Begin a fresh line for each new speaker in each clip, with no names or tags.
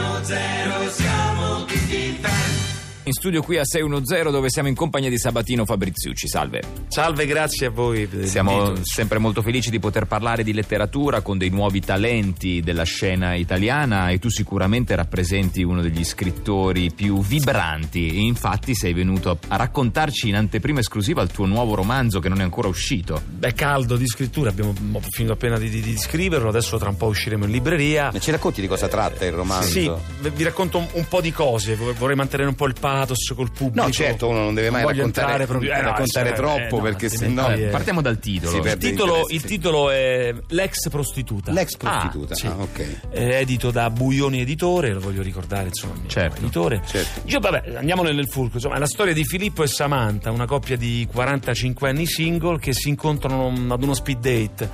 610 siamo tutti fan.
In studio qui a 610 dove siamo in compagnia di Sabatino Fabriziucci, salve.
Salve, grazie a voi. per il
Siamo
invito.
sempre molto felici di poter parlare di letteratura con dei nuovi talenti della scena italiana e tu sicuramente rappresenti uno degli scrittori più vibranti e infatti sei venuto a- a raccontarci in anteprima esclusiva il tuo nuovo romanzo che non è ancora uscito.
È caldo di scrittura, abbiamo mo- finito appena di, di- di scriverlo, adesso tra un po' usciremo in libreria.
Ma ci racconti di cosa tratta il romanzo?
Sì, vi vi racconto un, un po' di cose, vor- vorrei mantenere un po' il pathos col pubblico.
No, certo, uno non deve mai
voglio
raccontare,
entrare proprio- eh, no,
raccontare
cioè,
troppo
eh, no,
perché se
altrimenti
no...
è-
Partiamo dal titolo.
Si
Il
perde
titolo,
interesse,
il
sì.
titolo è L'ex prostituta.
L'ex prostituta,
Ah, sì.
ah, ok.
Eh, edito da Buglioni Editore, lo voglio ricordare, insomma, il mio
Certo.
editore.
Certo.
Io, vabbè, andiamo nel, nel fulcro. Insomma, è la storia di Filippo e Samantha, una coppia di 45 anni single che si incontrano ad uno speed date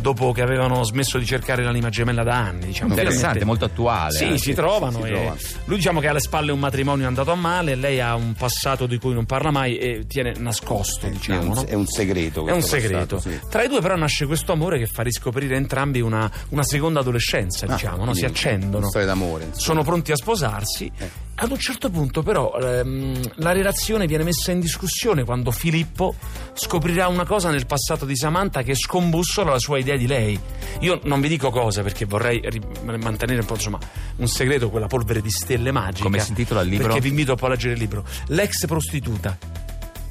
dopo che avevano smesso di cercare l'anima gemella da anni. Diciamo,
Interessante,
Veramente-
molto attuale.
sì,
eh.
si trovano.
si
e
trovano.
Lui diciamo che ha alle spalle un matrimonio andato a male, lei ha un passato di cui non parla mai e tiene nascosto, diciamo.
Eh, è, un,
no?
è un segreto.
È un
questo
segreto.
passato, sì.
Tra i due, però, nasce questo amore che fa riscoprire entrambi una, una seconda adolescenza,
Ah,
diciamo, no?
quindi
si accendono.
una storia d'amore, insomma.
Sono pronti a sposarsi.
Eh.
Ad un certo punto, però, ehm, la relazione viene messa in discussione quando Filippo scoprirà una cosa nel passato di Samantha che scombussola la sua idea di lei. Io non vi dico cosa perché vorrei ri- mantenere un po' insomma un segreto, quella polvere di stelle magiche.
Come si intitola il libro?
Perché vi invito un po' a leggere il libro. L'ex prostituta.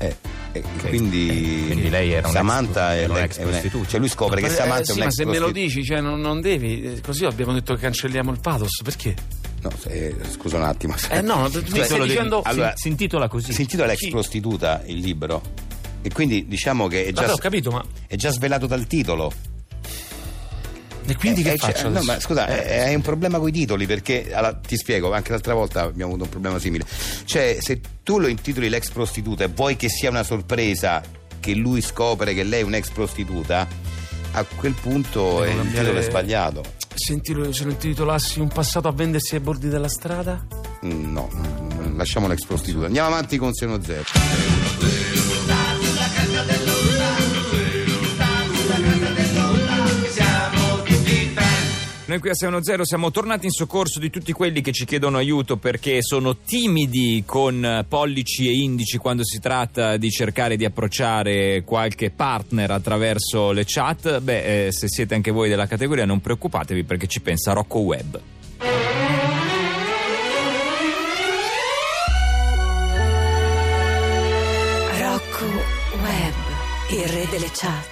Eh, eh, Quindi,
Quindi lei era un
Samantha
ex-
è
era un
l'ex-
ex
è un ex-
prostituta.
Cioè lui scopre che
Eh,
Samantha
sì,
è un
ma
ex
se me lo
prostitu-
dici, cioè, non, non devi. eh, Così abbiamo detto che cancelliamo il pathos. Perché?
No, se- scusa un attimo.
Eh no, tu mi
Cioè,
stai
lo devi-
dicendo.
allora-
si, si intitola così.
Si intitola L'ex
Sì.
prostituta il libro. E quindi diciamo che è
Vabbè,
già,
ho capito, ma.
è già svelato dal titolo.
E quindi
Eh,
che
eh,
faccio?
cioè, no,
adesso?
ma scusa, eh, hai un problema con i titoli perché allora, ti spiego, anche l'altra volta abbiamo avuto un problema simile. Cioè, se tu lo intitoli l'ex prostituta e vuoi che sia una sorpresa che lui scopre che lei è un'ex prostituta, a quel punto
Devo
eh, il
cambiare-
titolo è sbagliato.
Senti, se lo intitolassi Un passato a vendersi ai bordi della strada?
Mm, No, mm, lasciamo l'ex prostituta. Andiamo avanti con Seno Zero.
Noi qui a 610 siamo tornati in soccorso di tutti quelli che ci chiedono aiuto perché sono timidi con eh, pollici e indici quando si tratta di cercare di approcciare qualche partner attraverso le chat. Beh, eh, se siete anche voi della categoria non preoccupatevi perché ci pensa Rocco Web.
Rocco Web, il re delle chat.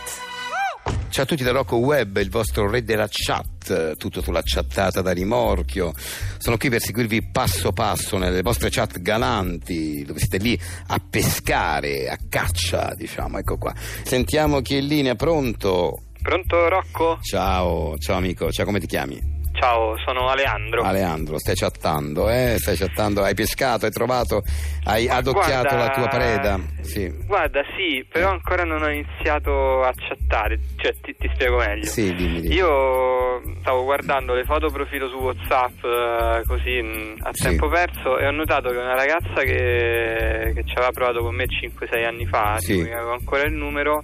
Ciao a tutti da Rocco Web, il vostro re della chat, tutto sulla chattata da rimorchio. Sono qui per seguirvi passo passo nelle vostre chat galanti, dove siete lì a pescare, a caccia, diciamo, ecco qua. Sentiamo chi è in linea, pronto?
Pronto Rocco?
Ciao, ciao amico, ciao come ti chiami?
Ciao, sono Aleandro.
Aleandro, stai chattando, eh? Stai chattando, hai pescato, hai trovato, hai
Ma
adocchiato
guarda- eh,
la tua preda. Sì.
Guarda, sì, però ancora non ho iniziato a chattare, cioè ti, ti spiego meglio.
Sì, dimmi. dimmi.
Io stavo guardando le foto profilo su WhatsApp eh, così mh, a
Sì.
tempo perso e ho notato che una ragazza che, che ci aveva provato con me 5-6 anni fa,
Sì.
di cui avevo ancora il numero,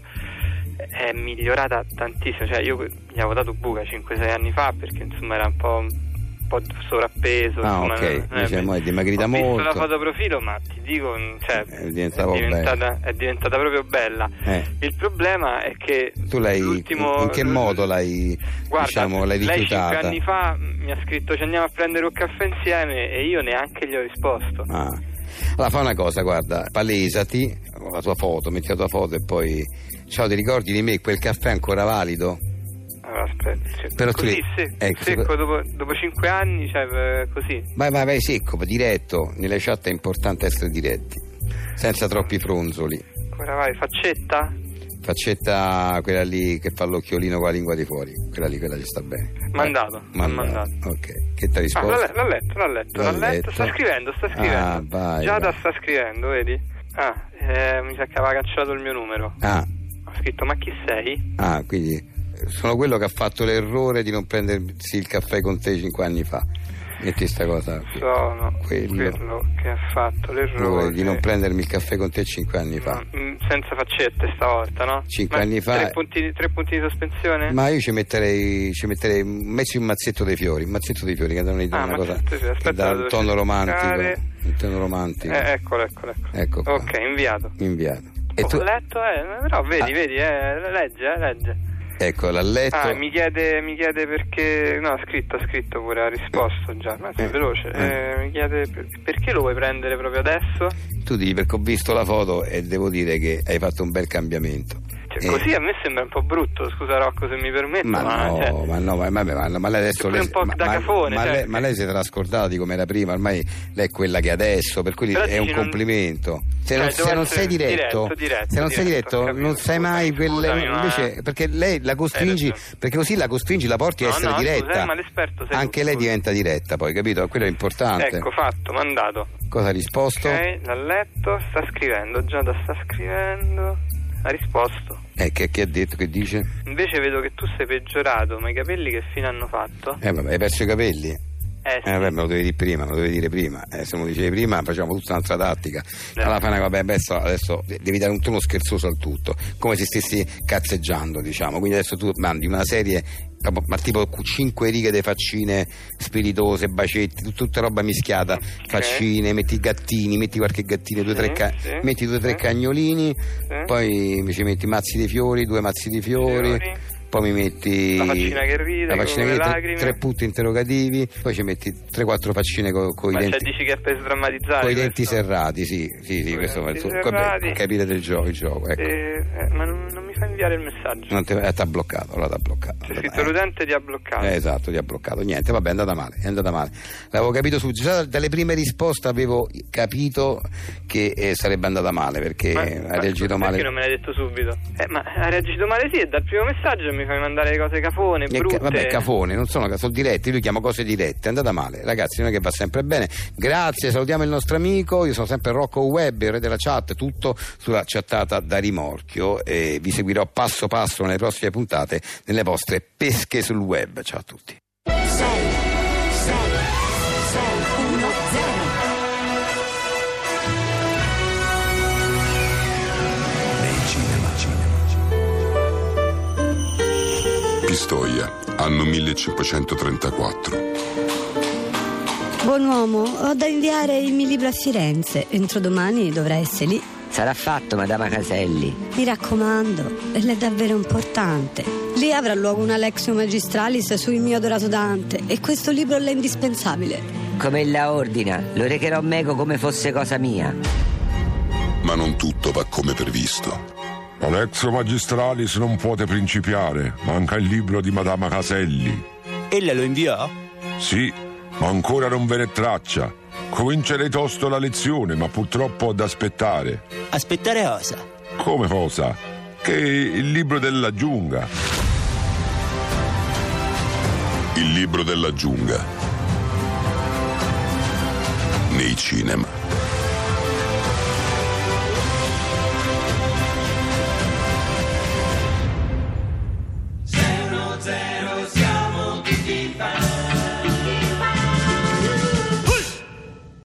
è migliorata tantissimo. Cioè, io gli avevo dato buca 5-6 anni fa perché insomma era un po', un po' sovrappeso.
Ah,
insomma,
ok,
non-
diciamo, è dimagrita
ho visto
molto.
la foto profilo, ma ti dico, cioè,
È diventata
è diventata- è diventata proprio bella.
Eh.
Il problema è che
Tu l'hai,
l'ultimo-
in che modo l'hai,
Guarda,
diciamo, l'hai
lei
rifiutata?
cinque anni fa mi ha scritto ci andiamo a prendere un caffè insieme e io neanche gli ho risposto.
Ah. Allora fa una cosa, guarda, palesati con la tua foto, metti la tua foto e poi ciao, ti ricordi di me, quel caffè è ancora valido?
Allora, aspetta, cioè,
Però tu
così
li-
se-
ecco,
secco
però-
dopo, dopo cinque anni, cioè eh, così.
Vai, vai, vai secco, diretto, nelle chat è importante essere diretti, senza troppi fronzoli.
Ora vai, faccetta?
Eh, Faccetta quella lì che fa l'occhiolino con la lingua di fuori, quella lì, quella gli sta bene.
Mandato,
Eh, mandato.
mandato.
Ok, che ti ha
Ah,
risposto?
l'ha, le- l'ha letto, l'ha letto, l'ha, letto. Sta scrivendo, sta
Ah,
scrivendo.
vai.
Giada
vai.
sta scrivendo, vedi? Ah, eh, mi sa che aveva cancellato il mio numero.
Ah,
Ho scritto ma chi sei?
Ah, quindi eh, sono quello che ha fatto l'errore di non prendersi il caffè con te cinque anni fa. metti sta cosa qui.
sono
Quello.
quello. che ha fatto l'errore
Errore di non prendermi il caffè con te cinque anni fa
No, mm, senza faccette stavolta, no?
Cinque
Ma
anni fa-
Tre punti, tre punti di sospensione?
Ma io ci metterei, ci metterei messi un mazzetto dei fiori, un mazzetto dei fiori che dà un'idea,
Ah,
una
mazzetto
cosa
dei fiori,
che
aspetta,
dà
la
un
devo
tono romantico,
cercare.
un tono romantico
Eh, eccolo, eccolo, eccolo.
Ecco qua.
Ok, inviato.
inviato. E
Ho
tu,
letto, eh, però vedi,
Ah.
vedi, eh, legge, eh, legge.
ecco, l'ha letto.
Ah, mi chiede, mi chiede perché... No, ha scritto, ha scritto pure, ha risposto già, ma è
Eh,
veloce.
eh.
Eh, mi chiede per- perché lo vuoi prendere proprio adesso?
Tu dici perché ho visto la foto e devo dire che hai fatto un bel cambiamento.
Cioè,
Eh,
Così a me sembra un po' brutto, scusa Rocco se mi permetti,
Ma
ma,
no,
cioè,
ma no, ma, ma- ma- ma lei adesso
È pure
lei,
un po'
ma,
da
ma-
cafone,
ma
cioè.
lei, ma lei si era scordata di come era prima, ormai lei è quella che è adesso, per cui
Però
è un
dici, non-
complimento. Se
Cioè,
non,
devo
se non
essere
sei diretto,
diretto, diretto,
se non sei
diretto,
diretto,
capito,
non sai mai
scusami,
quelle-
scusami, ma-
invece, perché lei la
Hai
costringi,
ragione.
perché così la costringi, la porti a
No,
essere
no,
diretta.
scusa, eh, ma l'esperto sei
Anche
tu,
lei
scusa.
diventa diretta poi, capito? Quello è importante.
ecco, fatto, mandato.
Cosa ha risposto?
Ok, l'ha letto, sta scrivendo, Giada sta scrivendo, ha risposto.
Eh, che, che ha detto, che dice?
Invece vedo che tu sei peggiorato, ma i capelli che fine hanno fatto?
Eh, vabbè, hai perso i capelli.
Eh,
Eh,
sì.
vabbè, me lo dovevi dire prima, me lo dovevi dire prima. Eh, se me lo dicevi prima facciamo tutta un'altra tattica. Alla fine, vabbè, adesso, adesso devi dare un tono scherzoso al tutto, come se stessi cazzeggiando, diciamo. Quindi adesso tu mandi una serie, proprio- ma tipo 5 righe di faccine spiritose, bacetti, tut- tutta roba mischiata. Faccine, metti i gattini, metti qualche gattino, due,
Sì,
tre ca-
sì,
metti due o tre
sì.
cagnolini,
Sì.
poi ci metti mazzi di fiori, due mazzi di fiori.
Fiori.
Poi mi metti
La faccina che ride,
la faccina
con
che ride,
le
tre-
lacrime.
tre punti interrogativi, poi ci metti 3-4 faccine co- coi
ma cioè
denti,
dici che è per sdrammatizzare
coi denti
questo?
serrati, sì, sì, sì
Coi
questo
denti
vabbè,
serrati.
capire del gioco, il gioco, ecco.
Eh, eh, ma non, non mi fa inviare il messaggio.
Non te, eh, t'ha bloccato, allora t'ha bloccato.
C'è
Eh,
scritto l'utente ti ha bloccato.
eh, esatto, ti ha bloccato. Niente, vabbè, è andata male, è andata male. L'avevo capito subito, già dalle prime risposte avevo capito che eh, sarebbe andata male perché
Ma-
eh,
ma
ha reagito male.
Perché non me l'hai detto subito? Eh, ma ha reagito male sì, e dal primo messaggio mi fai mandare cose cafone,
Eh,
brutte.
ca- Vabbè, cafone, non sono, sono diretti, lui chiama cose dirette, è andata male. Ragazzi, non è che va sempre bene. Grazie, salutiamo il nostro amico. Io sono sempre Rocco Web, il re della chat, tutto sulla chattata da rimorchio e vi seguirò passo passo nelle prossime puntate nelle vostre pesche sul web. Ciao a tutti.
6 6 6 1 0
Pistoia, anno 1534.
Buon uomo, ho da inviare i miei libri a Firenze. Entro domani dovrà essere lì.
Sarà fatto, Madama Caselli.
Mi raccomando, è davvero importante. Lì avrà luogo una lezione magistralis sul mio adorato Dante e questo libro le è indispensabile.
Come la ordina, lo recherò meco come fosse cosa mia.
Ma non tutto va come previsto.
Alexio Magistralis non puote principiare, manca il libro di Madama Caselli.
Ella lo inviò?
Sì, ma ancora non ve ne traccia. Comincerei tosto la lezione, ma purtroppo ho da aspettare.
Aspettare cosa?
Come cosa? Che il libro della giungla.
Il libro della giungla. Nei cinema.